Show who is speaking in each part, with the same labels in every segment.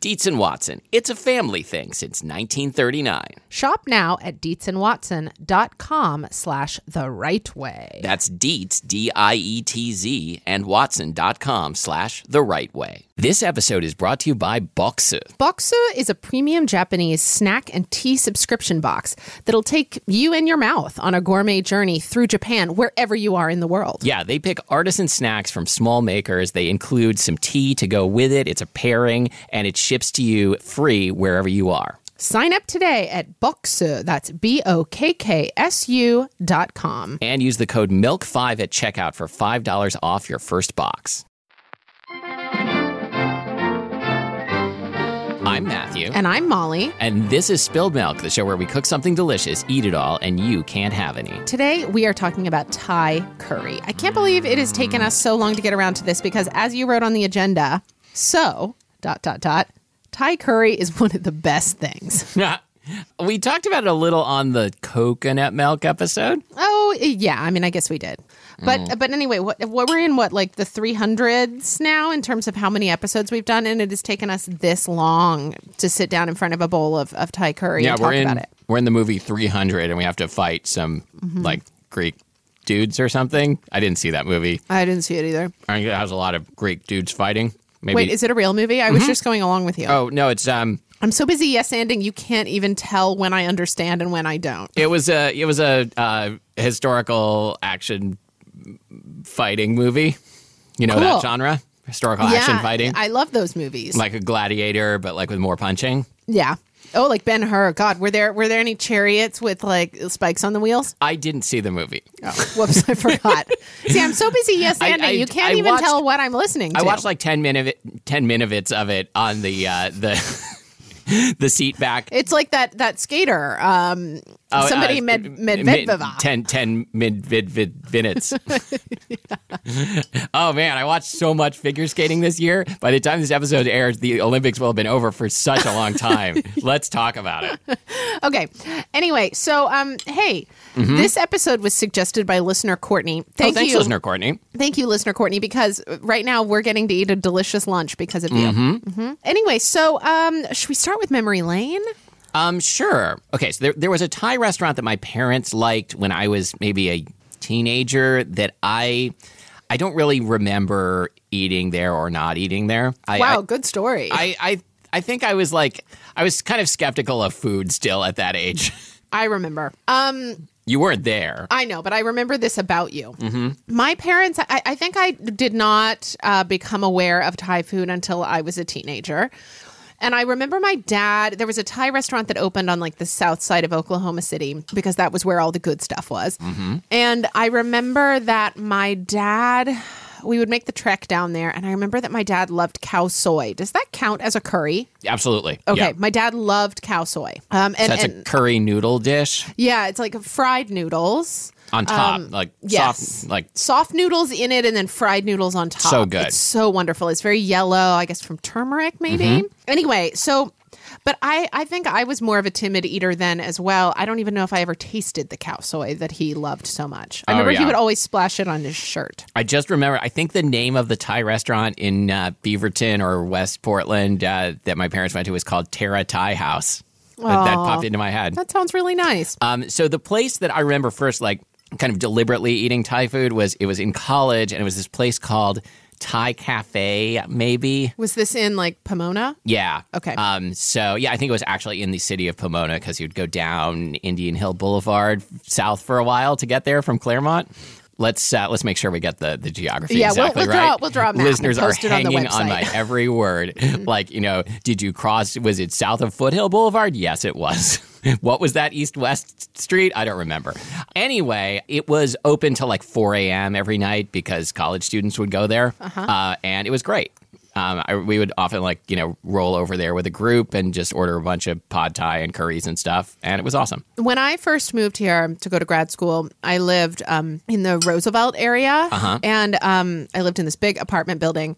Speaker 1: Dietz and Watson, it's a family thing since 1939.
Speaker 2: Shop now at deetzandwatson.com slash the right way.
Speaker 1: That's Dietz, D I E T Z, and Watson.com slash the right way. This episode is brought to you by Boxu.
Speaker 2: Boxu is a premium Japanese snack and tea subscription box that'll take you and your mouth on a gourmet journey through Japan wherever you are in the world.
Speaker 1: Yeah, they pick artisan snacks from small makers. They include some tea to go with it. It's a pairing, and it ships to you free wherever you are.
Speaker 2: Sign up today at Boxu, that's B-O-K-K-S-U dot com.
Speaker 1: And use the code MILK5 at checkout for $5 off your first box. I'm Matthew.
Speaker 2: And I'm Molly.
Speaker 1: And this is Spilled Milk, the show where we cook something delicious, eat it all, and you can't have any.
Speaker 2: Today, we are talking about Thai curry. I can't believe it has taken us so long to get around to this because, as you wrote on the agenda, so dot dot dot, Thai curry is one of the best things.
Speaker 1: we talked about it a little on the coconut milk episode.
Speaker 2: Oh yeah, I mean, I guess we did, but
Speaker 1: Mm.
Speaker 2: but anyway, what, what we're in what like the three hundreds now in terms of how many episodes we've done, and it has taken us this long to sit down in front of a bowl of, of Thai curry and talk
Speaker 1: we're in
Speaker 2: about it. Mm-hmm.
Speaker 1: we're in the movie 300 and we have to fight some like Greek dudes or something. I didn't see that movie.
Speaker 2: I didn't see it either.
Speaker 1: I think it has a lot of Greek dudes fighting. Maybe Mm-hmm.
Speaker 2: Wait, is it a real movie? I was just going along with you.
Speaker 1: Oh, no, it's um
Speaker 2: I'm so busy yes anding, you can't even tell when I understand and when I don't.
Speaker 1: it was a it was a uh, historical action fighting movie. You know
Speaker 2: Cool.
Speaker 1: that genre? Historical action fighting.
Speaker 2: I love those movies.
Speaker 1: like a gladiator but like with more punching.
Speaker 2: yeah. Oh, like Ben Hur. God, were there were there any chariots with like spikes on the wheels?
Speaker 1: I didn't see the movie.
Speaker 2: Whoops, I forgot. See, I'm so busy yes
Speaker 1: Oh. I-
Speaker 2: anding,
Speaker 1: I-
Speaker 2: you can't
Speaker 1: I
Speaker 2: even
Speaker 1: watched-
Speaker 2: tell what I'm listening to.
Speaker 1: I watched like 10 minute 10 minutes of it on the uh the the seat back
Speaker 2: it's like that that skater, um,
Speaker 1: Oh,
Speaker 2: somebody
Speaker 1: uh,
Speaker 2: med, med,
Speaker 1: mid-
Speaker 2: Medvedeva.
Speaker 1: 10, 10 mid, mid, mid, minutes. oh, man. I watched so much figure skating this year. By the time this episode airs, the Olympics will have been over for such a long time. Let's talk about it.
Speaker 2: Okay. Anyway, so um, hey, this episode was suggested by listener Courtney. Thank
Speaker 1: Mm-hmm. oh, thanks,
Speaker 2: you,
Speaker 1: listener Courtney.
Speaker 2: Thank you, listener Courtney, because right now we're getting to eat a delicious lunch because of you. Mhm. Anyway, so um, should we start with memory lane?
Speaker 1: Um, sure. Okay, so there, there was a Thai restaurant that my parents liked when I was maybe a teenager that I I don't really remember eating there or not eating there. I,
Speaker 2: wow,
Speaker 1: I,
Speaker 2: good story. I,
Speaker 1: I, I I think I was like I was kind of skeptical of food still at that age.
Speaker 2: remember. Um,
Speaker 1: You weren't there.
Speaker 2: I know, but I remember this about you.
Speaker 1: Mm-hmm.
Speaker 2: My parents, I, I think I did not uh, become aware of Thai food until I was a teenager. And I remember my dad, there was a Thai restaurant that opened on like the south side of Oklahoma City because that was where all the good stuff was.
Speaker 1: Mm-hmm.
Speaker 2: And I remember that my dad, we would make the trek down there. And I remember that my dad loved cow soy. Does that count as a curry?
Speaker 1: Absolutely.
Speaker 2: Okay.
Speaker 1: Yeah.
Speaker 2: My dad loved cow soy. Um, and,
Speaker 1: That's a
Speaker 2: and-
Speaker 1: curry noodle dish
Speaker 2: yeah, it's like fried noodles.
Speaker 1: on top, like
Speaker 2: Um, yes.
Speaker 1: soft, like
Speaker 2: soft noodles in it and then fried noodles on top.
Speaker 1: So good.
Speaker 2: It's so wonderful. It's very yellow, I guess from turmeric maybe.
Speaker 1: Mm-hmm.
Speaker 2: Anyway, so but I I think I was more of a timid eater then as well. I don't even know if I ever tasted the cow soy that he loved so much. I
Speaker 1: Oh,
Speaker 2: remember he
Speaker 1: yeah.
Speaker 2: would always splash it on his shirt.
Speaker 1: I just remember. I think the name of the Thai restaurant in uh, Beaverton or West Portland uh, that my parents went to was called Terra Thai House. That, that
Speaker 2: Aw.
Speaker 1: popped into my head. Uh,
Speaker 2: That sounds really nice.
Speaker 1: Um, so the place that I remember first, like kind of deliberately eating Thai food was it was in college and it was this place called Thai Cafe, maybe.
Speaker 2: Was this in like Pomona?
Speaker 1: Yeah.
Speaker 2: Okay.
Speaker 1: Um, so yeah, I think it was actually in the city of Pomona because you'd go down Indian Hill Boulevard south for a while to get there from Claremont. Let's uh, let's make sure we get the, the geography
Speaker 2: Yeah, we'll-
Speaker 1: exactly
Speaker 2: we'll draw-
Speaker 1: right.
Speaker 2: we'll draw a map
Speaker 1: Listeners
Speaker 2: and
Speaker 1: are
Speaker 2: post it on the
Speaker 1: hanging on,
Speaker 2: website.
Speaker 1: my every word. like you know, did you cross? Was it south of Foothill Boulevard? Yes, it was. what was that east west street? I don't remember. Anyway, it was open till like four a.m. every night because college students would go there,
Speaker 2: Uh-huh.
Speaker 1: uh, and it was great. Um, I, we would often like you know roll over there with a group and just order a bunch of pad thai and curries and stuff, and it was awesome.
Speaker 2: When I first moved here to go to grad school, I lived um, in the Roosevelt area, and um, I lived in this big apartment building.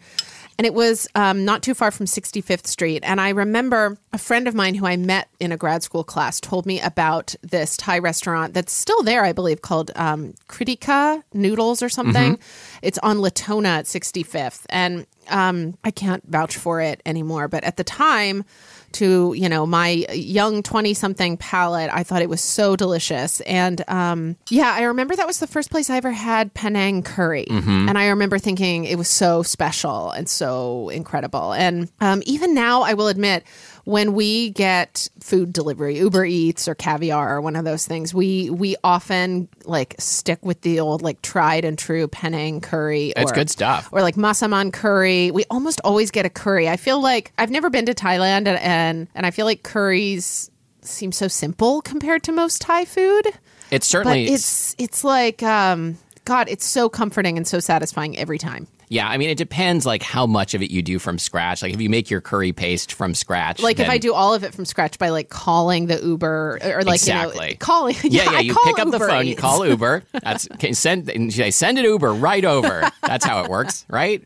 Speaker 2: And it was um, not too far from 65th Street. And I remember a friend of mine who I met in a grad school class told me about this Thai restaurant that's still there, I believe, called um, Kritika Noodles or something. It's on Latona at 65th. And um, I can't vouch for it anymore. But at the time, to you know my young 20 something palate i thought it was so delicious and um yeah i remember that was the first place i ever had penang curry
Speaker 1: Mm-hmm.
Speaker 2: and i remember thinking it was so special and so incredible and um even now i will admit when we get food delivery uber eats or caviar or one of those things we we often like stick with the old like tried and true penang curry
Speaker 1: It's
Speaker 2: or-
Speaker 1: good stuff.
Speaker 2: or like masaman curry. We almost always get a curry. I feel like I've never been to Thailand and and, and I feel like curries seem so simple compared to most Thai food.
Speaker 1: It's
Speaker 2: But
Speaker 1: certainly
Speaker 2: it's it's like um God, it's so comforting and so satisfying every time.
Speaker 1: Yeah, I mean, it depends like how much of it you do from scratch. Like if you make your curry paste from scratch,
Speaker 2: Like if
Speaker 1: then-
Speaker 2: I do all of it from scratch by like calling the Uber or like you know
Speaker 1: Exactly.
Speaker 2: calling
Speaker 1: Yeah, yeah,
Speaker 2: I
Speaker 1: you
Speaker 2: call
Speaker 1: pick up the
Speaker 2: Uber
Speaker 1: phone, you
Speaker 2: Eats.
Speaker 1: call Uber. That's can send and you say, send an Uber right over. That's how it works, right?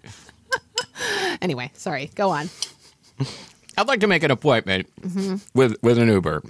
Speaker 2: Anyway, sorry. Go on.
Speaker 1: I'd like to make an appointment
Speaker 2: Mm-hmm.
Speaker 1: with with an Uber.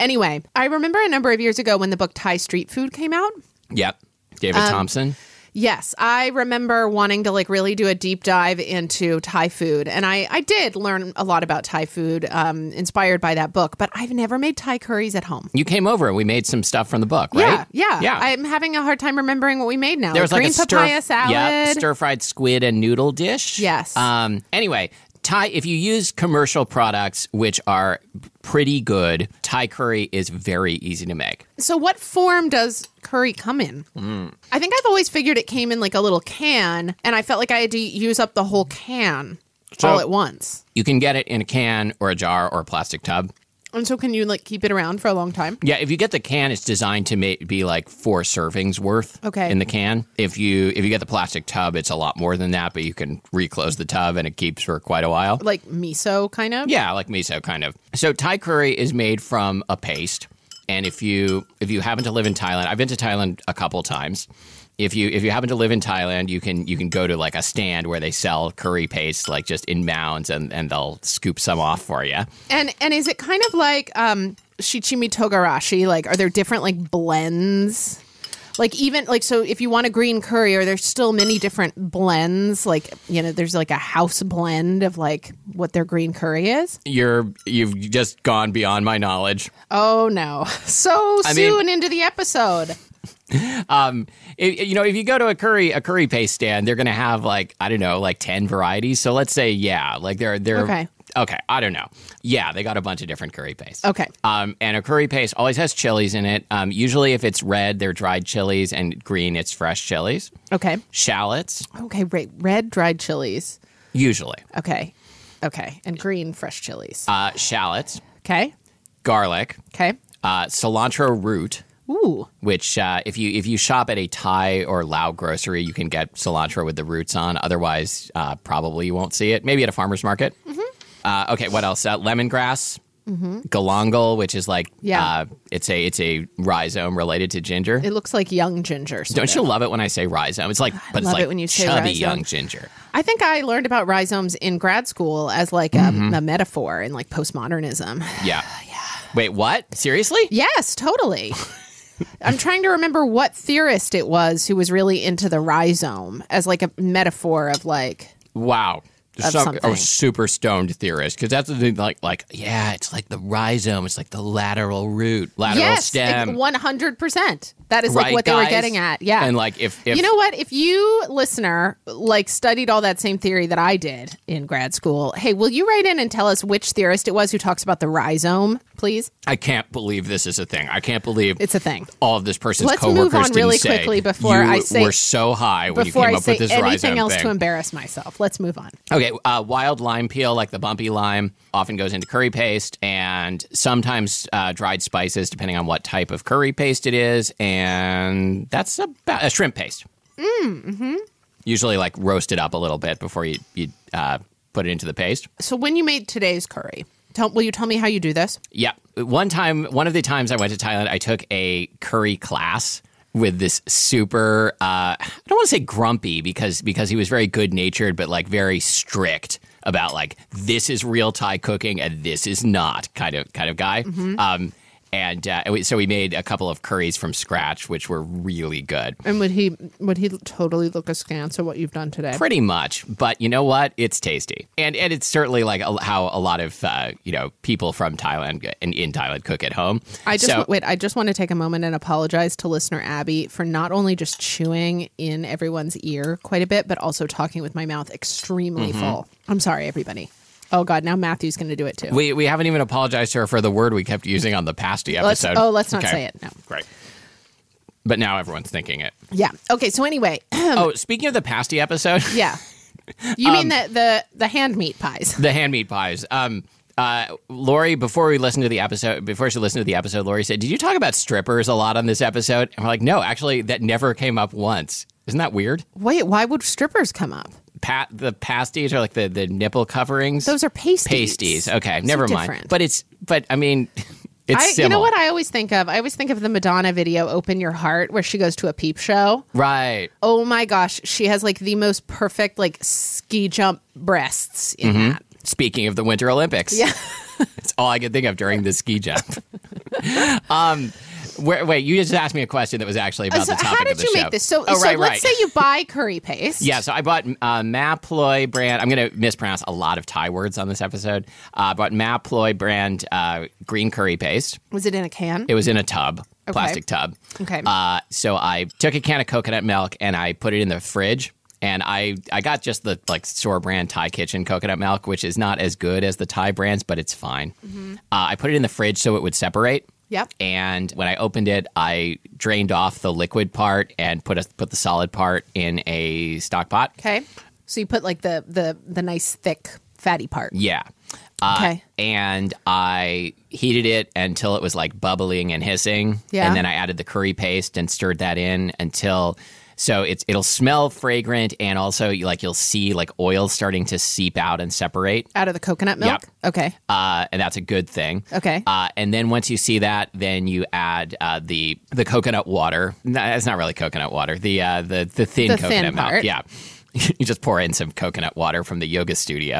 Speaker 2: Anyway, I remember a number of years ago when the book Thai Street Food came out.
Speaker 1: Yep, David
Speaker 2: Um,
Speaker 1: Thompson.
Speaker 2: Yes, I remember wanting to like really do a deep dive into Thai food, and I I did learn a lot about Thai food, um, inspired by that book. But I've never made Thai curries at home.
Speaker 1: You came over and we made some stuff from the book, right?
Speaker 2: Yeah, yeah,
Speaker 1: yeah.
Speaker 2: I'm having a hard time remembering what we made now.
Speaker 1: there was like
Speaker 2: green
Speaker 1: a stir,
Speaker 2: papaya salad.
Speaker 1: Yeah, stir fried squid and noodle dish.
Speaker 2: Yes.
Speaker 1: Um. Anyway, Thai. If you use commercial products, which are pretty good, Thai curry is very easy to make.
Speaker 2: so, what form does curry come in?
Speaker 1: Mm.
Speaker 2: I think I've always figured it came in like a little can, and I felt like I had to use up the whole can
Speaker 1: So-
Speaker 2: all at once.
Speaker 1: You can get it in a can or a jar or a plastic tub.
Speaker 2: And so, can you like keep it around for a long time?
Speaker 1: Yeah, if you get the can, it's designed to ma- be like four servings worth.
Speaker 2: Okay.
Speaker 1: In the can, if you if you get the plastic tub, it's a lot more than that, but you can reclose the tub and it keeps for quite a while.
Speaker 2: Like miso, kind of.
Speaker 1: Yeah, like miso kind of. So Thai curry is made from a paste, and if you if you happen to live in Thailand, I've been to Thailand a couple times. If you if you happen to live in Thailand, you can you can go to like a stand where they sell curry paste like just in mounds, and and they'll scoop some off for you.
Speaker 2: And and is it kind of like um Shichimi Togarashi? Like are there different like blends? Like even like so if you want a green curry, are there still many different blends? Like, you know, there's like a house blend of like what their green curry is?
Speaker 1: You're you've just gone beyond my knowledge.
Speaker 2: Oh no. So
Speaker 1: mean-
Speaker 2: soon into the episode.
Speaker 1: If, you know, if you go to a curry a curry paste stand, they're going to have like I don't know, like ten varieties. So let's say yeah, like they're they're
Speaker 2: Okay.
Speaker 1: okay. I don't know. Yeah, they got a bunch of different curry paste.
Speaker 2: Okay.
Speaker 1: Um, and a curry paste always has chilies in it. Um, usually, if it's red, they're dried chilies, and green, it's fresh chilies.
Speaker 2: Okay.
Speaker 1: Shallots,
Speaker 2: Okay, right. Red dried chilies.
Speaker 1: usually.
Speaker 2: Okay. Okay. And green fresh chilies.
Speaker 1: Uh, shallots,
Speaker 2: Okay.
Speaker 1: garlic,
Speaker 2: Okay.
Speaker 1: uh, cilantro root.
Speaker 2: Ooh.
Speaker 1: Which, uh, if you if you shop at a Thai or Lao grocery, you can get cilantro with the roots on. Otherwise, uh, probably you won't see it. Maybe at a farmer's market. Uh, okay, what else? Uh, lemongrass, galangal, which is like
Speaker 2: Yeah.
Speaker 1: uh, it's a it's a rhizome related to ginger.
Speaker 2: It looks like young ginger. sort
Speaker 1: Don't
Speaker 2: of.
Speaker 1: you love it when I say rhizome? It's like, but
Speaker 2: love
Speaker 1: it's like
Speaker 2: it when you say
Speaker 1: chubby
Speaker 2: rhizome.
Speaker 1: young ginger.
Speaker 2: I think I learned about rhizomes in grad school as like a,
Speaker 1: Mm-hmm.
Speaker 2: a metaphor in like postmodernism.
Speaker 1: Yeah. Wait, what? Seriously?
Speaker 2: Yes, totally. I'm trying to remember what theorist it was who was really into the rhizome as like a metaphor of like
Speaker 1: Wow. Some,
Speaker 2: something.
Speaker 1: oh, super stoned theorist because that's the thing, like like yeah, it's like the rhizome, it's like the lateral root, lateral
Speaker 2: yes,
Speaker 1: stem.
Speaker 2: one hundred percent. That is like
Speaker 1: Right,
Speaker 2: what they were
Speaker 1: guys?
Speaker 2: getting at. Yeah.
Speaker 1: And like if, if
Speaker 2: you know what? If you listener like studied all that same theory that I did in grad school, hey, will you write in and tell us which theorist it was who talks about the rhizome, please?
Speaker 1: I can't believe this is a thing. I can't believe
Speaker 2: It's a thing.
Speaker 1: all of this person's
Speaker 2: Let's move
Speaker 1: coworkers
Speaker 2: on
Speaker 1: didn't
Speaker 2: really
Speaker 1: say,
Speaker 2: quickly before
Speaker 1: you
Speaker 2: I say-
Speaker 1: were so high when you
Speaker 2: Before
Speaker 1: came
Speaker 2: I
Speaker 1: up
Speaker 2: say
Speaker 1: with this
Speaker 2: anything
Speaker 1: rhizome
Speaker 2: else
Speaker 1: thing.
Speaker 2: to embarrass myself, let's move on.
Speaker 1: Okay, uh, wild lime peel, like the bumpy lime, often goes into curry paste and sometimes uh, dried spices, depending on what type of curry paste it is. And that's about a shrimp paste. Mm-hmm. Usually, like, roast it up a little bit before you, you uh, put it into the paste.
Speaker 2: So when you made today's curry, tell, will you tell me how you do this?
Speaker 1: Yeah. One time, one of the times I went to Thailand, I took a curry class with this super uh, I don't want to say grumpy because because he was very good natured but like very strict about like this is real Thai cooking and this is not kind of kind of guy.
Speaker 2: Mm-hmm.
Speaker 1: Um and uh, we- so we made a couple of curries from scratch which were really good.
Speaker 2: And would he would he totally look askance at what you've done today?
Speaker 1: Pretty much, but you know what? It's tasty, and and it's certainly like a, how a lot of uh, you know people from Thailand and in Thailand cook at home.
Speaker 2: I just
Speaker 1: So-
Speaker 2: wa- wait. I just want to take a moment and apologize to listener Abby for not only just chewing in everyone's ear quite a bit, but also talking with my mouth extremely
Speaker 1: Mm-hmm.
Speaker 2: full. I'm sorry, everybody. Oh God, now Matthew's going to do it too.
Speaker 1: We we haven't even apologized to her for the word we kept using on the pasty
Speaker 2: Let's-
Speaker 1: episode.
Speaker 2: oh, let's not
Speaker 1: Okay.
Speaker 2: say it. No.
Speaker 1: Great. But now everyone's thinking it.
Speaker 2: Yeah. Okay. So anyway,
Speaker 1: oh, speaking of the pasty episode,
Speaker 2: yeah. You mean
Speaker 1: Um,
Speaker 2: the the the hand meat pies?
Speaker 1: the hand meat pies. Um uh, Lori, before we listened to the episode, before she listened to the episode, Lori said, "Did you talk about strippers a lot on this episode?" And we're like, "No, actually, that never came up once. Isn't that weird?"
Speaker 2: Wait, why would strippers come up?
Speaker 1: Pat, the pasties are like the, the nipple coverings.
Speaker 2: Those are pasties.
Speaker 1: pasties. Okay,
Speaker 2: So
Speaker 1: never mind.
Speaker 2: different.
Speaker 1: But it's but I mean, it's
Speaker 2: I,
Speaker 1: similar.
Speaker 2: you know what I always think of? I always think of the Madonna video "Open Your Heart," where she goes to a peep show.
Speaker 1: right.
Speaker 2: oh my gosh, she has like the most perfect like ski jump breasts in
Speaker 1: Mm-hmm.
Speaker 2: that.
Speaker 1: Speaking of the Winter Olympics.
Speaker 2: Yeah.
Speaker 1: That's all I could think of during the ski jump. um, where, wait, you just asked me a question that was actually about
Speaker 2: Uh, So
Speaker 1: the topic
Speaker 2: how
Speaker 1: of
Speaker 2: did
Speaker 1: the
Speaker 2: you
Speaker 1: show.
Speaker 2: make this? So,
Speaker 1: oh,
Speaker 2: so
Speaker 1: right,
Speaker 2: let's
Speaker 1: right.
Speaker 2: say you buy curry paste.
Speaker 1: yeah, so I bought uh, Maploy brand. I'm going to mispronounce a lot of Thai words on this episode. Uh, I bought Maploy brand uh, green curry paste.
Speaker 2: Was it in a can?
Speaker 1: It was in a tub, plastic tub.
Speaker 2: Okay.
Speaker 1: Uh, so I took a can of coconut milk and I put it in the fridge. And I, I got just the like store brand Thai Kitchen coconut milk, which is not as good as the Thai brands, but it's fine. Uh, I put it in the fridge so it would separate.
Speaker 2: Yep.
Speaker 1: And when I opened it, I drained off the liquid part and put a, put the solid part in a stock pot.
Speaker 2: okay. So you put like the the the nice thick fatty part.
Speaker 1: Yeah. Uh,
Speaker 2: Okay.
Speaker 1: And I heated it until it was like bubbling and hissing.
Speaker 2: Yeah.
Speaker 1: And then I added the curry paste and stirred that in until so it's it'll smell fragrant and also you- like you'll see like oil starting to seep out and separate.
Speaker 2: Out of the coconut milk.
Speaker 1: Yep.
Speaker 2: Okay.
Speaker 1: Uh, and that's a good thing.
Speaker 2: Okay.
Speaker 1: Uh, and then once you see that, then you add uh, the the coconut water. No, it's not really coconut water. The uh, the the thin
Speaker 2: The
Speaker 1: coconut
Speaker 2: thin
Speaker 1: milk.
Speaker 2: part.
Speaker 1: Yeah. you just pour in some coconut water from the yoga studio.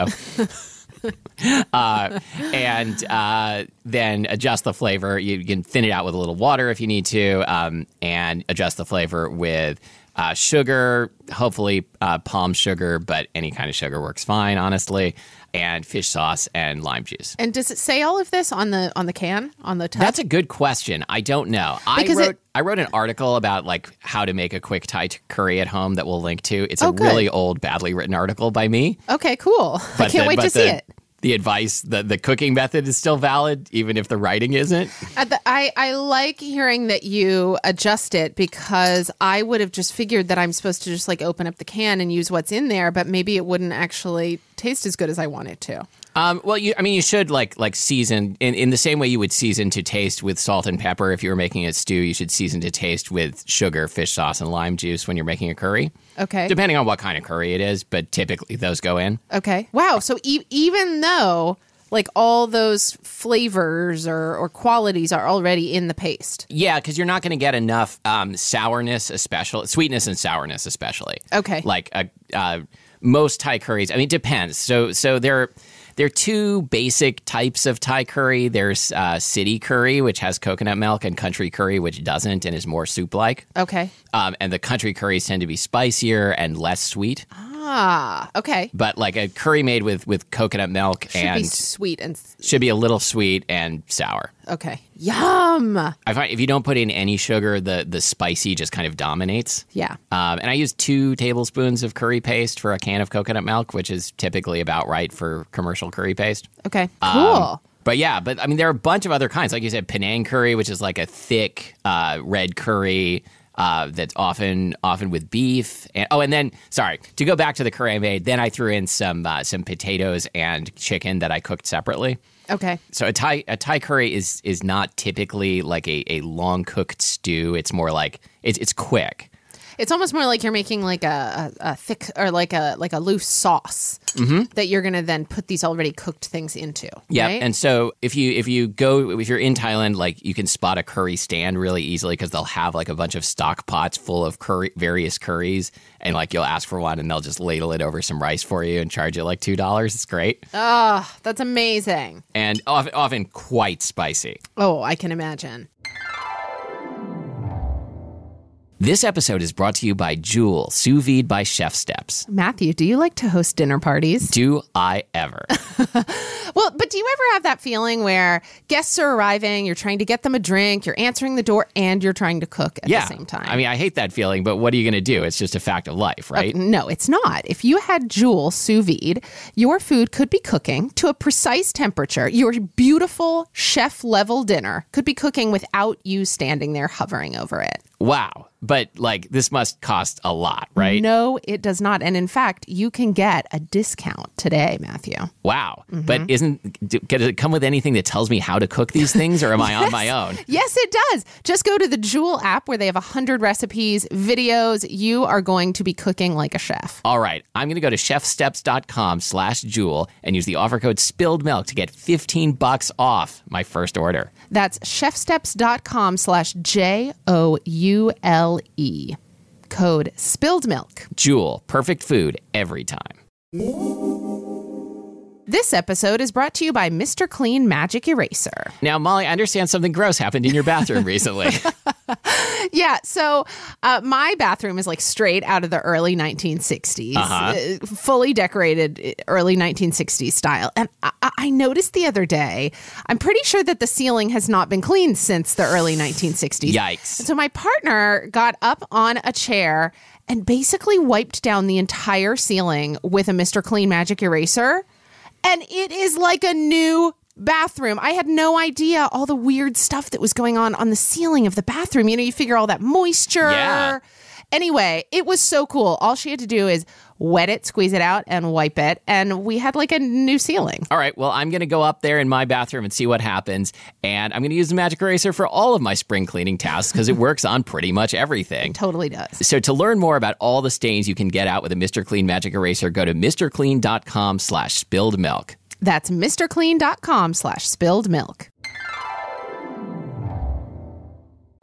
Speaker 1: uh, and uh, then adjust the flavor. You can thin it out with a little water if you need to, um, and adjust the flavor with uh, sugar, hopefully uh, palm sugar, but any kind of sugar works fine, honestly, and fish sauce and lime juice.
Speaker 2: And does it say all of this on the on the can on the tub?
Speaker 1: That's a good question. I don't know. I
Speaker 2: Because
Speaker 1: wrote
Speaker 2: it-
Speaker 1: I wrote an article about like how to make a quick Thai t- curry at home that we'll link to. It's a
Speaker 2: Oh, good.
Speaker 1: really old, badly written article by me.
Speaker 2: okay, cool. I can't
Speaker 1: the-
Speaker 2: wait to
Speaker 1: but
Speaker 2: see
Speaker 1: the-
Speaker 2: it.
Speaker 1: The advice, the the cooking method is still valid, even if the writing isn't.
Speaker 2: At Uh, the, I, I like hearing that you adjust it because I would have just figured that I'm supposed to just like open up the can and use what's in there, but maybe it wouldn't actually taste as good as I want it to.
Speaker 1: Um, well, you, I mean, you should like like season in, in the same way you would season to taste with salt and pepper. If you were making a stew, you should season to taste with sugar, fish sauce, and lime juice when you're making a curry.
Speaker 2: Okay.
Speaker 1: Depending on what kind of curry it is, but typically those go in.
Speaker 2: okay. Wow. So e- even though like all those flavors or, or qualities are already in the paste.
Speaker 1: Yeah, because you're not going to get enough um, sourness, especially sweetness and sourness, especially.
Speaker 2: Okay.
Speaker 1: Like uh, uh, most Thai curries, I mean, it depends. So, so there, there are two basic types of Thai curry. There's uh, city curry, which has coconut milk, and country curry, which doesn't and is more soup-like.
Speaker 2: Okay.
Speaker 1: Um, and the country curries tend to be spicier and less sweet.
Speaker 2: Ah, okay.
Speaker 1: But like a curry made with with coconut milk
Speaker 2: Should
Speaker 1: and
Speaker 2: be sweet and s-
Speaker 1: should be a little sweet and sour.
Speaker 2: okay. Yum.
Speaker 1: I find if you don't put in any sugar, the the spicy just kind of dominates.
Speaker 2: Yeah.
Speaker 1: Um, and I use two tablespoons of curry paste for a can of coconut milk, which is typically about right for commercial curry paste.
Speaker 2: Okay. Cool.
Speaker 1: Um, but yeah, but I mean, there are a bunch of other kinds. Like you said, Penang curry, which is like a thick uh, red curry uh, that's often often with beef. And, oh, and then sorry to go back to the curry I made. Then I threw in some uh, some potatoes and chicken that I cooked separately.
Speaker 2: okay.
Speaker 1: So a Thai a Thai curry is is not typically like a, a long cooked stew. It's more like it's it's quick.
Speaker 2: It's almost more like you're making like a, a, a thick or like a like a loose sauce that you're gonna then put these already cooked things into.
Speaker 1: Mm-hmm. Yeah,
Speaker 2: right?
Speaker 1: and so if you if you go if you're in Thailand, like you can spot a curry stand really easily because they'll have like a bunch of stock pots full of curry various curries, and like you'll ask for one, and they'll just ladle it over some rice for you and charge you like two dollars. It's great
Speaker 2: that's amazing.
Speaker 1: and of, often quite spicy.
Speaker 2: Oh, I can imagine.
Speaker 1: This episode is brought to you by Jewel Sous Vide by Chef Steps.
Speaker 2: Matthew, do you like to host dinner parties?
Speaker 1: Do I ever?
Speaker 2: Well, but do you ever have that feeling where guests are arriving, you're trying to get them a drink, you're answering the door, and you're trying to cook at the same time?
Speaker 1: I mean, I hate that feeling, but what are you going to do? It's just a fact of life, right?
Speaker 2: No, it's not. If you had Joule sous vide, your food could be cooking to a precise temperature. Your beautiful chef level dinner could be cooking without you standing there hovering over it.
Speaker 1: Wow. But like, this must cost a lot, right?
Speaker 2: No, it does not. And in fact, you can get a discount today, Matthew.
Speaker 1: Wow.
Speaker 2: Mm-hmm.
Speaker 1: But isn't, do, does it come with anything that tells me how to cook these things or am I on my own?
Speaker 2: Yes, it does. Just go to the Jewel app where they have 100 recipes, videos. You are going to be cooking like a chef.
Speaker 1: All right. I'm going to go to chefsteps.com slash jewel and use the offer code spilled milk to get 15 bucks off my first order.
Speaker 2: That's chefsteps.com slash J O U L E. Code spilled milk.
Speaker 1: Jewel, perfect food every time.
Speaker 2: This episode is brought to you by Mr. Clean Magic Eraser.
Speaker 1: Now, Molly, I understand something gross happened in your bathroom recently.
Speaker 2: Yeah, so uh, my bathroom is like straight out of the early 1960s, uh, fully decorated uh, early 1960s style. And I, I- I noticed the other day, I'm pretty sure that the ceiling has not been cleaned since the early 1960s.
Speaker 1: Yikes.
Speaker 2: So my partner got up on a chair and basically wiped down the entire ceiling with a Mr. Clean Magic Eraser. And it is like a new bathroom. I had no idea all the weird stuff that was going on on the ceiling of the bathroom. You know, you figure all that moisture.
Speaker 1: Yeah.
Speaker 2: Anyway, it was so cool. All she had to do is wet it, squeeze it out, and wipe it. And we had like a new ceiling.
Speaker 1: All right, well, I'm going to go up there in my bathroom and see what happens. And I'm going to use the magic eraser for all of my spring cleaning tasks because it works on pretty much everything.
Speaker 2: Totally does.
Speaker 1: So to learn more about all the stains you can get out with a Mr. Clean magic eraser, go to mrclean.com slash spilled milk.
Speaker 2: That's MrClean.com slash spilled milk.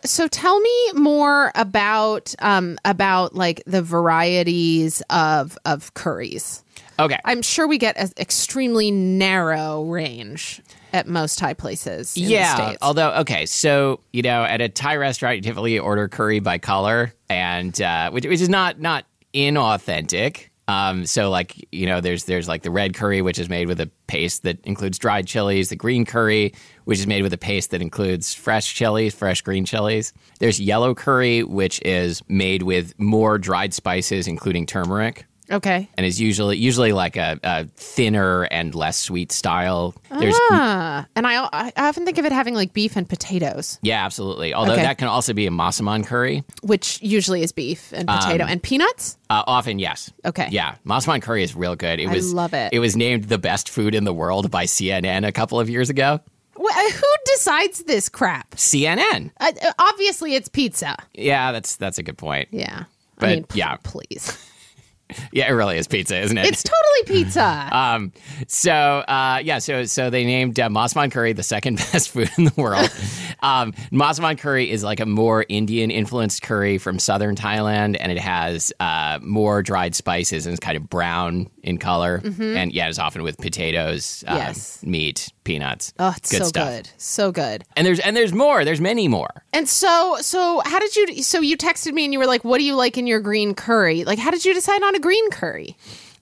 Speaker 2: So tell me more about um, about like the varieties of of curries.
Speaker 1: Okay.
Speaker 2: I'm sure we get an extremely narrow range at most Thai places. In
Speaker 1: yeah.
Speaker 2: the States.
Speaker 1: Although, okay, so you know, at a Thai restaurant, you typically order curry by color, and uh, which, which is not not inauthentic. Um, so, like you know, there's there's like the red curry, which is made with a paste that includes dried chilies. The green curry, which is made with a paste that includes fresh chilies, fresh green chilies. There's yellow curry, which is made with more dried spices, including turmeric
Speaker 2: okay.
Speaker 1: and is usually usually like a, a thinner and less sweet style. There's
Speaker 2: Ah, and I, I often think of it having like beef and potatoes,
Speaker 1: yeah, absolutely. Although
Speaker 2: Okay.
Speaker 1: that can also be a massaman curry.
Speaker 2: which usually is beef and potato and peanuts.
Speaker 1: Uh, often, yes.
Speaker 2: Okay.
Speaker 1: Yeah, massaman curry is real good. It
Speaker 2: I
Speaker 1: was
Speaker 2: love it.
Speaker 1: It was named the best food in the world by CNN a couple of years ago.
Speaker 2: Wh- who decides this crap?
Speaker 1: CNN.
Speaker 2: Uh, obviously, it's pizza.
Speaker 1: Yeah, that's that's a good point.
Speaker 2: Yeah.
Speaker 1: But,
Speaker 2: I mean, p-
Speaker 1: yeah.
Speaker 2: please.
Speaker 1: Yeah, it really is pizza, isn't it?
Speaker 2: It's totally pizza.
Speaker 1: Um, so uh, yeah, so so they named uh, Masman curry the second best food in the world, Um, Masaman curry is like a more Indian influenced curry from southern Thailand, and it has uh, more dried spices and it's kind of brown in color. And yeah, it's often with potatoes, uh,
Speaker 2: Mm-hmm. Yes.
Speaker 1: meat, peanuts.
Speaker 2: Oh, it's so
Speaker 1: stuff.
Speaker 2: good. So good.
Speaker 1: And there's and there's more. There's many more.
Speaker 2: And so, so how did you? So you texted me and you were like, "What do you like in your green curry?" Like, how did you decide on a green curry?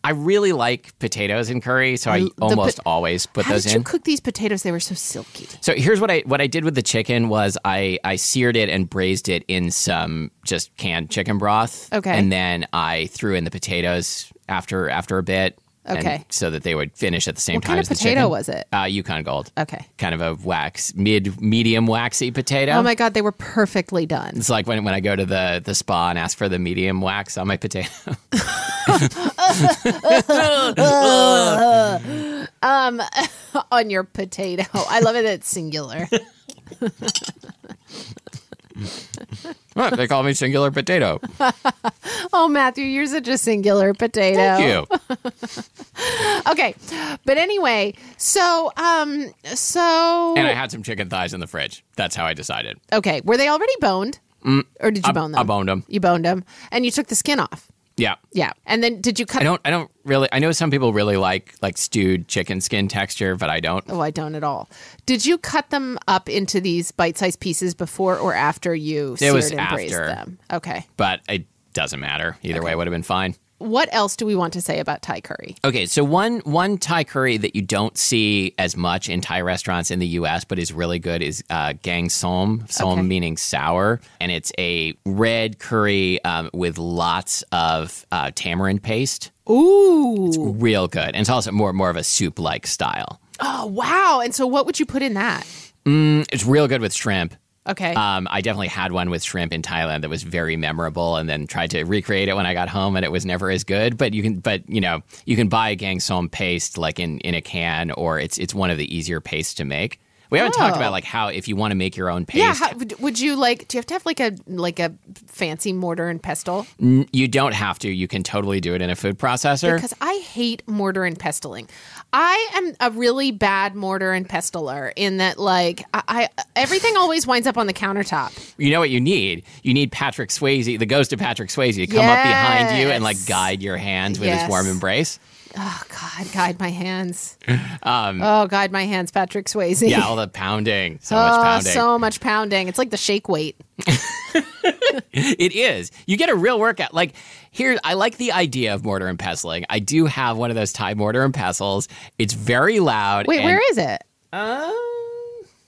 Speaker 1: I really like potatoes in curry, so I
Speaker 2: the
Speaker 1: almost
Speaker 2: pot-
Speaker 1: always put
Speaker 2: How
Speaker 1: those
Speaker 2: did
Speaker 1: in.
Speaker 2: you cook these potatoes? They were so silky.
Speaker 1: So here's what I what I did with the chicken was I I seared it and braised it in some just canned chicken broth.
Speaker 2: Okay.
Speaker 1: And then I threw in the potatoes after after a bit. and
Speaker 2: Okay.
Speaker 1: so that they would finish at the same
Speaker 2: What
Speaker 1: time.
Speaker 2: kind
Speaker 1: as
Speaker 2: of potato
Speaker 1: the chicken.
Speaker 2: was it?
Speaker 1: Uh, Yukon Gold.
Speaker 2: Okay.
Speaker 1: Kind of a wax mid medium waxy potato.
Speaker 2: Oh my god, they were perfectly done.
Speaker 1: It's like when, when I go to the, the spa and ask for the medium wax on my potato.
Speaker 2: on your potato. I love it. It's singular.
Speaker 1: What? they call me singular potato.
Speaker 2: oh, Matthew, you're such a singular potato.
Speaker 1: Thank you.
Speaker 2: Okay, but anyway, so um, so
Speaker 1: And I had some chicken thighs in the fridge. That's how I decided.
Speaker 2: okay, were they already boned, or did you bone them?
Speaker 1: Mm, I boned them.
Speaker 2: You boned them, and you took the skin off.
Speaker 1: Yeah.
Speaker 2: Yeah, and then did you cut?
Speaker 1: I don't. I don't really. I know some people really like like stewed chicken skin texture, but I don't.
Speaker 2: Oh, I don't at all. Did you cut them up into these bite-sized pieces before or after you seared
Speaker 1: was
Speaker 2: and braised
Speaker 1: after.
Speaker 2: them? Okay.
Speaker 1: But it doesn't matter either way. Would have been fine.
Speaker 2: What else do we want to say about Thai curry?
Speaker 1: Okay, so one one Thai curry that you don't see as much in Thai restaurants in the U.S. but is really good is uh, gang som, som
Speaker 2: Okay.
Speaker 1: meaning sour, and it's a red curry um, with lots of uh, tamarind paste.
Speaker 2: Ooh.
Speaker 1: Real good, and it's also more more of a soup like style.
Speaker 2: Oh, wow. And so what would you put in that?
Speaker 1: It's real good with shrimp.
Speaker 2: Okay.
Speaker 1: Um, I definitely had one with shrimp in Thailand that was very memorable, and then tried to recreate it when I got home, and it was never as good. But you can, but you know, you can buy gang som paste like in in a can, or it's it's one of the easier pastes to make. We haven't talked
Speaker 2: Oh.
Speaker 1: about like how if you want to make your own paste,
Speaker 2: yeah, how, would, would you like do you have to have like a like a fancy mortar and pestle?
Speaker 1: n- you don't have to. You can totally do it in a food processor.
Speaker 2: Because I hate mortar and pestling. I am a really bad mortar and pestler in that like I, I everything always winds up on the countertop.
Speaker 1: you know what you need? You need Patrick Swayze, the ghost of Patrick Swayze, to come up behind you and like
Speaker 2: Yes.
Speaker 1: guide your hands with his
Speaker 2: Yes.
Speaker 1: warm embrace.
Speaker 2: Oh God, guide my hands. oh, guide my hands, Patrick Swayze.
Speaker 1: Um, Yeah, all the pounding, so much
Speaker 2: Oh,
Speaker 1: pounding.
Speaker 2: so much pounding. It's like the shake weight.
Speaker 1: It is. You get a real workout. Like here, I like the idea of mortar and pestling. I do have one of those Thai mortar and pestles. It's very loud.
Speaker 2: Wait,
Speaker 1: and,
Speaker 2: where is it?
Speaker 1: Um,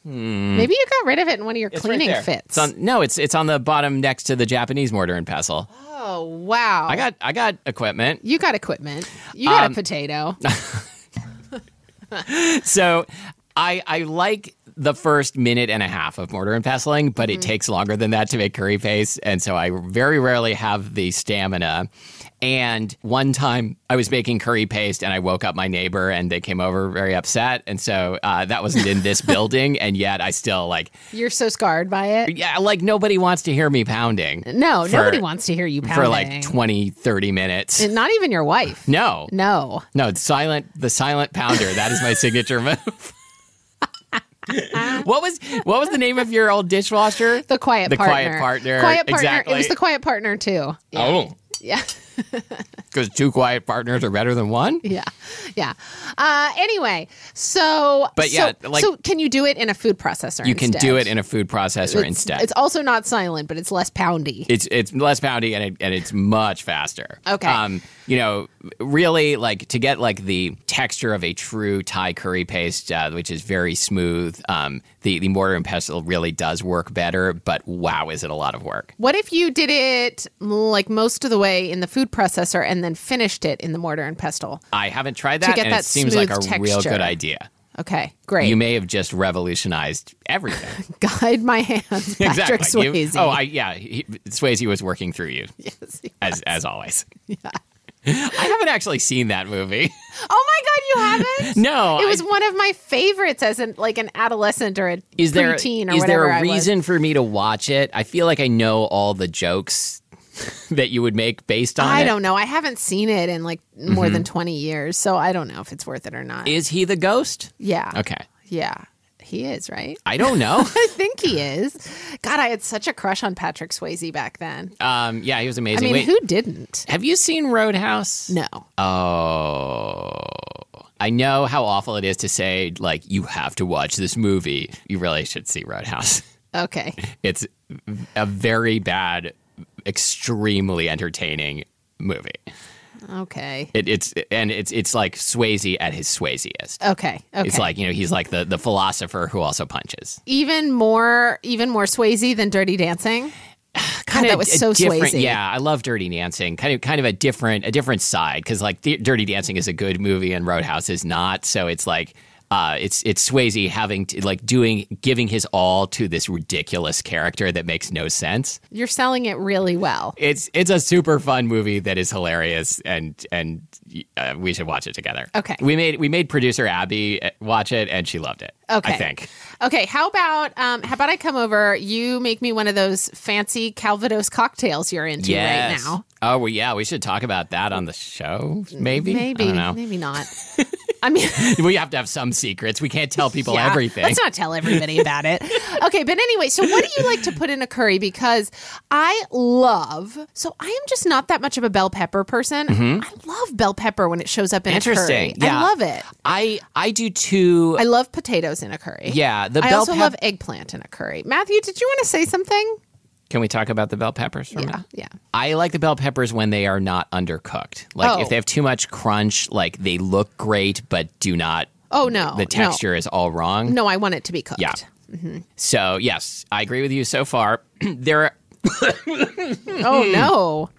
Speaker 2: Maybe you got rid of it in one of your
Speaker 1: it's right
Speaker 2: cleaning
Speaker 1: there.
Speaker 2: fits.
Speaker 1: It's on, no, it's it's on the bottom next to the Japanese mortar and pestle.
Speaker 2: oh wow.
Speaker 1: I got Um, I got equipment.
Speaker 2: you got equipment. You got a potato.
Speaker 1: So I I like the first minute and a half of mortar and pestling, but
Speaker 2: Mm-hmm.
Speaker 1: it takes longer than that to make curry paste, and so I very rarely have the stamina. And one time I was making curry paste, and I woke up my neighbor, and they came over very upset, and so uh, that wasn't in this building, and yet I still like
Speaker 2: You're so scarred by it.
Speaker 1: yeah like nobody wants to hear me pounding
Speaker 2: No,
Speaker 1: for-
Speaker 2: nobody wants to hear you pounding.
Speaker 1: for like 20, 30 minutes.
Speaker 2: And Not even your wife.
Speaker 1: No,
Speaker 2: No.
Speaker 1: no, it's silent. The silent pounder. That is my signature move. what was what was the name of your old dishwasher?
Speaker 2: The quiet
Speaker 1: The
Speaker 2: partner.
Speaker 1: quiet partner,
Speaker 2: Quiet partner.
Speaker 1: exactly.
Speaker 2: It was the quiet partner too. Yeah.
Speaker 1: Oh,
Speaker 2: Yeah.
Speaker 1: because two quiet partners are better than one.
Speaker 2: Yeah. Yeah. Uh, anyway, so
Speaker 1: But yeah,
Speaker 2: so,
Speaker 1: like-
Speaker 2: so can you do it in a food processor?
Speaker 1: You can do it in a food processor instead.
Speaker 2: It's also not silent, but it's less poundy.
Speaker 1: it's it's less poundy and it, and it's much faster.
Speaker 2: Okay.
Speaker 1: Um, you know, really like to get like the texture of a true Thai curry paste, uh, which is very smooth. Um, the the mortar and pestle really does work better, but wow, is it a lot of work?
Speaker 2: what if you did it like most of the way in the food processor and then finished it in the mortar and pestle?
Speaker 1: I haven't tried that,
Speaker 2: get
Speaker 1: and
Speaker 2: that
Speaker 1: it seems like a
Speaker 2: smooth
Speaker 1: real
Speaker 2: texture.
Speaker 1: good idea.
Speaker 2: Okay, great.
Speaker 1: You may have just revolutionized everything.
Speaker 2: Guide my hands, Patrick
Speaker 1: exactly. You-
Speaker 2: Swayze.
Speaker 1: oh, I, yeah. He, Swayze was working through you, as as always. I haven't actually seen that movie.
Speaker 2: oh my God, you haven't?
Speaker 1: No,
Speaker 2: It was
Speaker 1: I-
Speaker 2: one of my favorites as an like an adolescent or a
Speaker 1: Is there
Speaker 2: preteen or
Speaker 1: is
Speaker 2: whatever.
Speaker 1: there a
Speaker 2: I was.
Speaker 1: reason for me to watch it? I feel like I know all the jokes that you would make based on
Speaker 2: I
Speaker 1: it. Mm-hmm.
Speaker 2: don't know. I haven't seen it in like more than 20 years, so I don't know if it's worth it or not.
Speaker 1: Is he the ghost?
Speaker 2: yeah.
Speaker 1: Okay.
Speaker 2: Yeah. He He is, right?
Speaker 1: I don't know.
Speaker 2: I think he is. God, I had such a crush on Patrick Swayze back then.
Speaker 1: um, yeah, he was amazing.
Speaker 2: I mean,
Speaker 1: Wait, Uh,
Speaker 2: who didn't?
Speaker 1: have you seen Roadhouse?
Speaker 2: No.
Speaker 1: Oh. I know how awful it is to say, like, you have to watch this movie. You really should see Roadhouse.
Speaker 2: Okay.
Speaker 1: It's a very bad, extremely entertaining movie.
Speaker 2: Okay.
Speaker 1: It, it's and it's it's like Swayze at his Swayziest.
Speaker 2: Okay. Okay.
Speaker 1: It's like you know he's like the the philosopher who also punches.
Speaker 2: even more, even more Swayze than Dirty Dancing. God, that was
Speaker 1: a
Speaker 2: so
Speaker 1: different,
Speaker 2: Swayze.
Speaker 1: Yeah, I love Dirty Dancing. Kind of kind of a different a different side because like the, Dirty Dancing is a good movie and Roadhouse is not. So it's like. Uh, it's it's Swayze having to, like doing giving his all to this ridiculous character that makes no sense.
Speaker 2: You're selling it really well.
Speaker 1: It's it's a super fun movie that is hilarious and and uh, we should watch it together.
Speaker 2: Okay.
Speaker 1: we made we made producer Abby uh, watch it and she loved it.
Speaker 2: Okay.
Speaker 1: I think.
Speaker 2: Okay, how about um, how about I come over? You make me one of those fancy Calvados cocktails you're into right now.
Speaker 1: Oh well, yeah, we should talk about that on the show. Maybe, I
Speaker 2: Maybe,
Speaker 1: don't know.
Speaker 2: maybe not. I mean,
Speaker 1: we have to have some secrets. We can't tell people
Speaker 2: yeah,
Speaker 1: everything.
Speaker 2: Let's not tell everybody about it. Okay, but anyway, so what do you like to put in a curry? Because I love. So I am just not that much of a bell pepper person. I love bell pepper when it shows up in
Speaker 1: Mm-hmm. Interesting,
Speaker 2: a curry.
Speaker 1: yeah.
Speaker 2: I love it.
Speaker 1: I I do too.
Speaker 2: I love potatoes in a curry.
Speaker 1: yeah, the
Speaker 2: I
Speaker 1: bell
Speaker 2: also
Speaker 1: pep-
Speaker 2: love eggplant in a curry. Matthew, did you want to say something?
Speaker 1: Can we talk about the bell peppers? for a
Speaker 2: Yeah,
Speaker 1: minute?
Speaker 2: yeah.
Speaker 1: I like the bell peppers when they are not undercooked. Like
Speaker 2: Oh.
Speaker 1: if they have too much crunch, like they look great but do not.
Speaker 2: Oh no,
Speaker 1: the
Speaker 2: no.
Speaker 1: texture is all wrong.
Speaker 2: No, I want it to be cooked.
Speaker 1: Yeah. So yes, I agree with you so far. there, are,
Speaker 2: Oh no.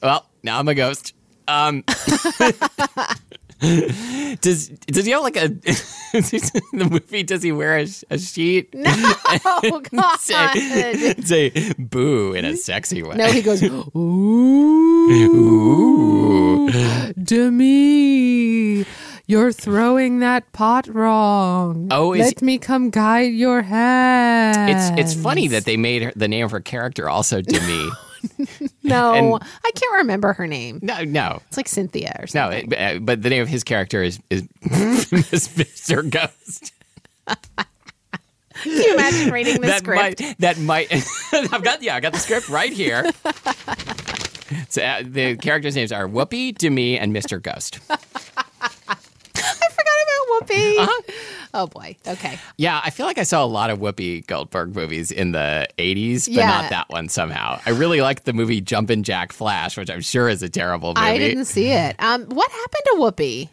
Speaker 1: well, now I'm a ghost. Um, does does he have like a in the movie? Does he wear a, a sheet? No.
Speaker 2: Oh god.
Speaker 1: Say, say boo in a sexy way.
Speaker 2: No, he goes, Ooh, Demi, you're throwing that pot wrong.
Speaker 1: Oh, is- Let
Speaker 2: me come guide your hand.
Speaker 1: It's it's funny that they made her, the name of her character also to me.
Speaker 2: No,
Speaker 1: and-
Speaker 2: I can't remember her name.
Speaker 1: no, no,
Speaker 2: It's like Cynthia or something.
Speaker 1: no. it- uh, but the name of his character is is Mr. Ghost.
Speaker 2: Can you imagine reading the
Speaker 1: that
Speaker 2: script?
Speaker 1: might that might I've got yeah I got the script right here. So uh, the characters' names are Whoopi, Demi, and Mr. Ghost.
Speaker 2: I forgot about Whoopi.
Speaker 1: Uh-huh.
Speaker 2: Oh boy. Okay.
Speaker 1: Yeah, I feel like I saw a lot of Whoopi Goldberg movies in the '80s, but
Speaker 2: Yeah.
Speaker 1: not that one somehow. I really liked the movie Jumpin' Jack Flash, which I'm sure is a terrible movie.
Speaker 2: I didn't see it. Um, what happened to Whoopi?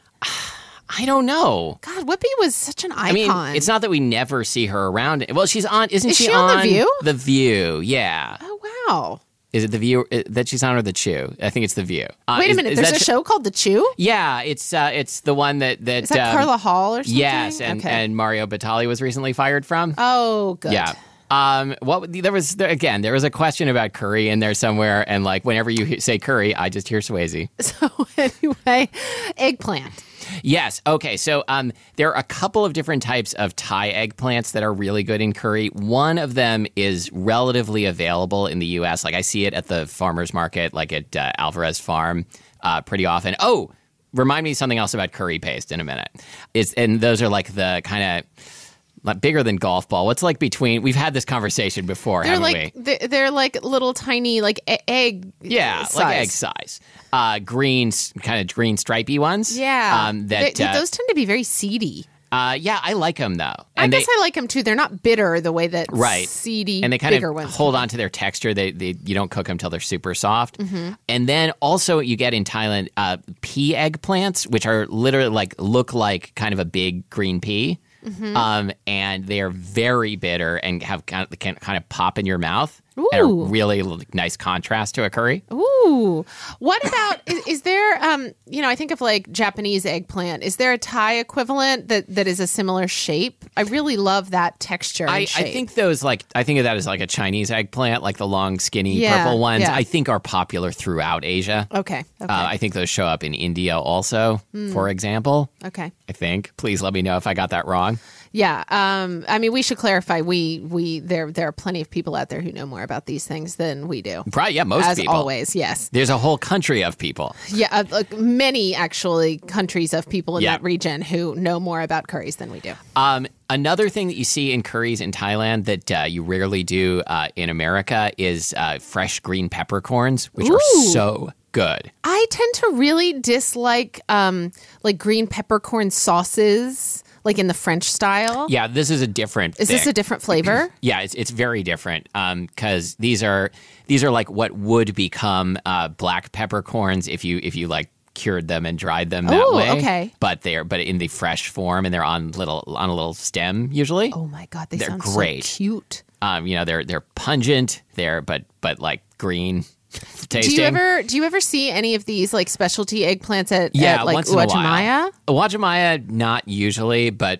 Speaker 1: I don't know.
Speaker 2: God, Whoopi was such an icon.
Speaker 1: I mean, it's not that we never see her around. Well, she's on. Isn't
Speaker 2: Is
Speaker 1: she,
Speaker 2: she on The View?
Speaker 1: The View, yeah.
Speaker 2: Oh wow.
Speaker 1: Is it the View uh, that she's on or the Chew? I think it's the View. Uh,
Speaker 2: Wait a
Speaker 1: is-
Speaker 2: minute.
Speaker 1: is
Speaker 2: There's
Speaker 1: that
Speaker 2: a
Speaker 1: sh-
Speaker 2: show called The Chew.
Speaker 1: Yeah, it's uh, it's the one that that.
Speaker 2: Is that
Speaker 1: um,
Speaker 2: Carla Hall or something?
Speaker 1: Yes, and
Speaker 2: Okay.
Speaker 1: and Mario Batali was recently fired from.
Speaker 2: oh, good.
Speaker 1: yeah. Um, what there was there, again? There was a question about curry in there somewhere, and like whenever you he- say curry, I just hear Swayze.
Speaker 2: So anyway, eggplant.
Speaker 1: Yes. Okay. So um, there are a couple of different types of Thai eggplants that are really good in curry. One of them is relatively available in the U.S. Like I see it at the farmers market, like at uh, Alvarez Farm, uh, pretty often. Oh, remind me something else about curry paste in a minute. Is and those are like the kind of like bigger than golf ball. What's like between? We've had this conversation before,
Speaker 2: They're
Speaker 1: haven't
Speaker 2: like
Speaker 1: we?
Speaker 2: they're, they're like little tiny like e- egg.
Speaker 1: Yeah,
Speaker 2: size.
Speaker 1: like egg size. Uh, green, kind of green stripey ones.
Speaker 2: Yeah,
Speaker 1: Um, that
Speaker 2: They-
Speaker 1: uh,
Speaker 2: those tend to be very seedy.
Speaker 1: uh, yeah, I like them though.
Speaker 2: I
Speaker 1: And
Speaker 2: guess
Speaker 1: they-
Speaker 2: I like them too. They're not bitter the way that
Speaker 1: Right.
Speaker 2: seedy
Speaker 1: and they kind
Speaker 2: bigger
Speaker 1: of
Speaker 2: ones.
Speaker 1: hold on to their texture. They, they you don't cook them till they're super soft.
Speaker 2: Mm-hmm.
Speaker 1: And then also you get in Thailand uh, pea eggplants, which are literally like look like kind of a big green pea,
Speaker 2: Mm-hmm.
Speaker 1: um, and they are very bitter and have kind of can kind of pop in your mouth. And
Speaker 2: Ooh.
Speaker 1: a really like, nice contrast to a curry.
Speaker 2: Ooh, what about is, is there? Um, you know, I think of like Japanese eggplant. Is there a Thai equivalent that that is a similar shape? I really love that texture. and
Speaker 1: I, I
Speaker 2: shape.
Speaker 1: think those like I think of that as like a Chinese eggplant, like the long, skinny,
Speaker 2: Yeah,
Speaker 1: purple ones.
Speaker 2: yeah.
Speaker 1: I think are popular throughout Asia.
Speaker 2: Okay. Okay. Hmm.
Speaker 1: Uh, I think those show up in India also, for example.
Speaker 2: okay.
Speaker 1: I think. Please let me know if I got that wrong.
Speaker 2: Yeah, um, I mean, we should clarify. We we there there are plenty of people out there who know more about these things than we do.
Speaker 1: Probably, yeah, most
Speaker 2: As
Speaker 1: people.
Speaker 2: always, yes,
Speaker 1: There's a whole country of people.
Speaker 2: yeah, uh, like many actually countries of people in
Speaker 1: Yeah.
Speaker 2: that region who know more about curries than we do.
Speaker 1: Um, another thing that you see in curries in Thailand that uh, you rarely do uh, in America is uh, fresh green peppercorns, which are
Speaker 2: Ooh.
Speaker 1: so good.
Speaker 2: I tend to really dislike um, like green peppercorn sauces, like in the French style.
Speaker 1: Yeah, this is a different.
Speaker 2: Is this
Speaker 1: thing.
Speaker 2: a different flavor?
Speaker 1: Yeah, it's it's very different because these are these are like what would become uh, black peppercorns if you if you like cured them and dried them that
Speaker 2: Ooh,
Speaker 1: way.
Speaker 2: okay.
Speaker 1: but they're but in the fresh form and they're on little on a little stem usually.
Speaker 2: oh my god, they
Speaker 1: They're
Speaker 2: sound
Speaker 1: great.
Speaker 2: so cute.
Speaker 1: Um, you know they're they're pungent. They're but but like green tasting.
Speaker 2: Do you ever do you ever see any of these like specialty eggplants at,
Speaker 1: yeah,
Speaker 2: at like
Speaker 1: once in a
Speaker 2: Uwajimaya?
Speaker 1: while. Wajimaya, not usually, but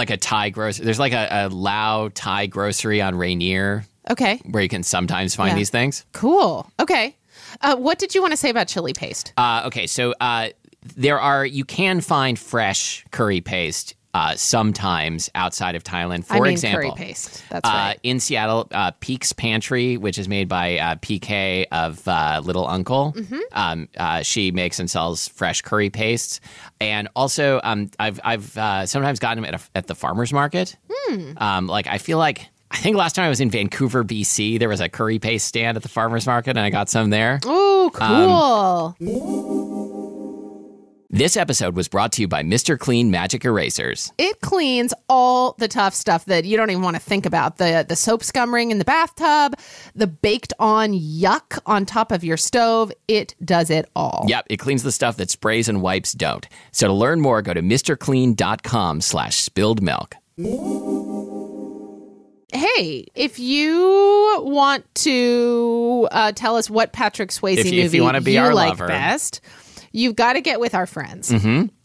Speaker 1: like a Thai grocery. There's like a, a Lao Thai grocery on Rainier
Speaker 2: Okay,
Speaker 1: where you can sometimes find
Speaker 2: Yeah.
Speaker 1: these things.
Speaker 2: cool. Okay, uh, what did you want to say about chili paste?
Speaker 1: Uh, okay, so uh, there are you can find fresh curry paste uh, sometimes outside of Thailand. For
Speaker 2: I mean
Speaker 1: example,
Speaker 2: curry paste. That's
Speaker 1: Uh,
Speaker 2: right.
Speaker 1: in Seattle, uh, Peaks Pantry, which is made by uh, PK of uh, Little Uncle,
Speaker 2: Mm-hmm.
Speaker 1: um, uh, she makes and sells fresh curry pastes, and also um, I've I've uh, sometimes gotten them at, a, at the farmers market.
Speaker 2: Hmm.
Speaker 1: Um, like I feel like I think last time I was in Vancouver, BC, there was a curry paste stand at the farmers market, and I got some there.
Speaker 2: Oh,
Speaker 1: um,
Speaker 2: cool.
Speaker 1: This episode was brought to you by Mr. Clean Magic Erasers.
Speaker 2: It cleans all the tough stuff that you don't even want to think about. The the soap scum ring in the bathtub, the baked on yuck on top of your stove. It does it all.
Speaker 1: Yep, it cleans the stuff that sprays and wipes don't. So to learn more, go to MrClean.com slash spilled milk.
Speaker 2: Hey, if you want to uh, tell us what Patrick Swayze
Speaker 1: If you- if
Speaker 2: movie
Speaker 1: you wanna be our
Speaker 2: like
Speaker 1: lover. Mm-hmm.
Speaker 2: best, you've got to get with our friends.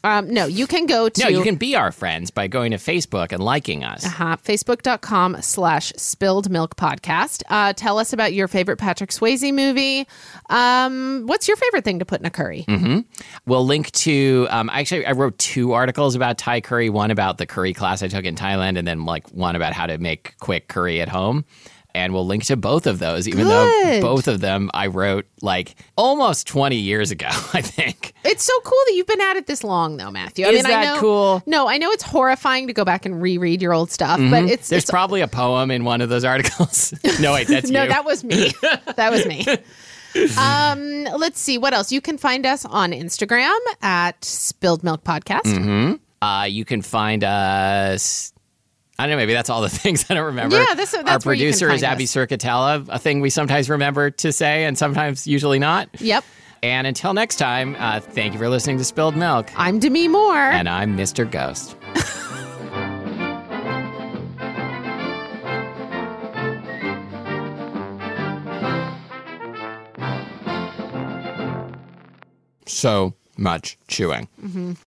Speaker 2: Um, no, you can go to
Speaker 1: No, you can be our friends by going to Facebook and liking us.
Speaker 2: Uh-huh. Facebook.com slash spilled milk podcast. Uh, tell us about your favorite Patrick Swayze movie. Um, what's your favorite thing to put in a curry?
Speaker 1: Mm-hmm. We'll link to, um, actually, I wrote two articles about Thai curry one about the curry class I took in Thailand, and then like one about how to make quick curry at home. And we'll link to both of those, even
Speaker 2: Good.
Speaker 1: though both of them I wrote like almost 20 years ago, I think.
Speaker 2: It's so cool that you've been at it this long, though, Matthew. I
Speaker 1: Is
Speaker 2: mean, I
Speaker 1: that
Speaker 2: know,
Speaker 1: cool?
Speaker 2: No, I know it's horrifying to go back and reread your old stuff, but it's,
Speaker 1: Mm-hmm. There's
Speaker 2: it's
Speaker 1: probably a poem in one of those articles. no, wait, that's
Speaker 2: No,
Speaker 1: you.
Speaker 2: that was me. that was me. Um, let's see what else. You can find us on Instagram at Spilled Milk Podcast.
Speaker 1: uh, you can find us. I don't know. Maybe that's all the things I don't remember.
Speaker 2: Yeah, this-
Speaker 1: our
Speaker 2: that's where you can
Speaker 1: producer is
Speaker 2: find
Speaker 1: Abby
Speaker 2: us.
Speaker 1: Circatella, a thing we sometimes remember to say and sometimes usually not.
Speaker 2: Yep.
Speaker 1: And until next time, uh, thank you for listening to Spilled Milk.
Speaker 2: I'm Demi Moore.
Speaker 1: And I'm Mr. Ghost. so much chewing.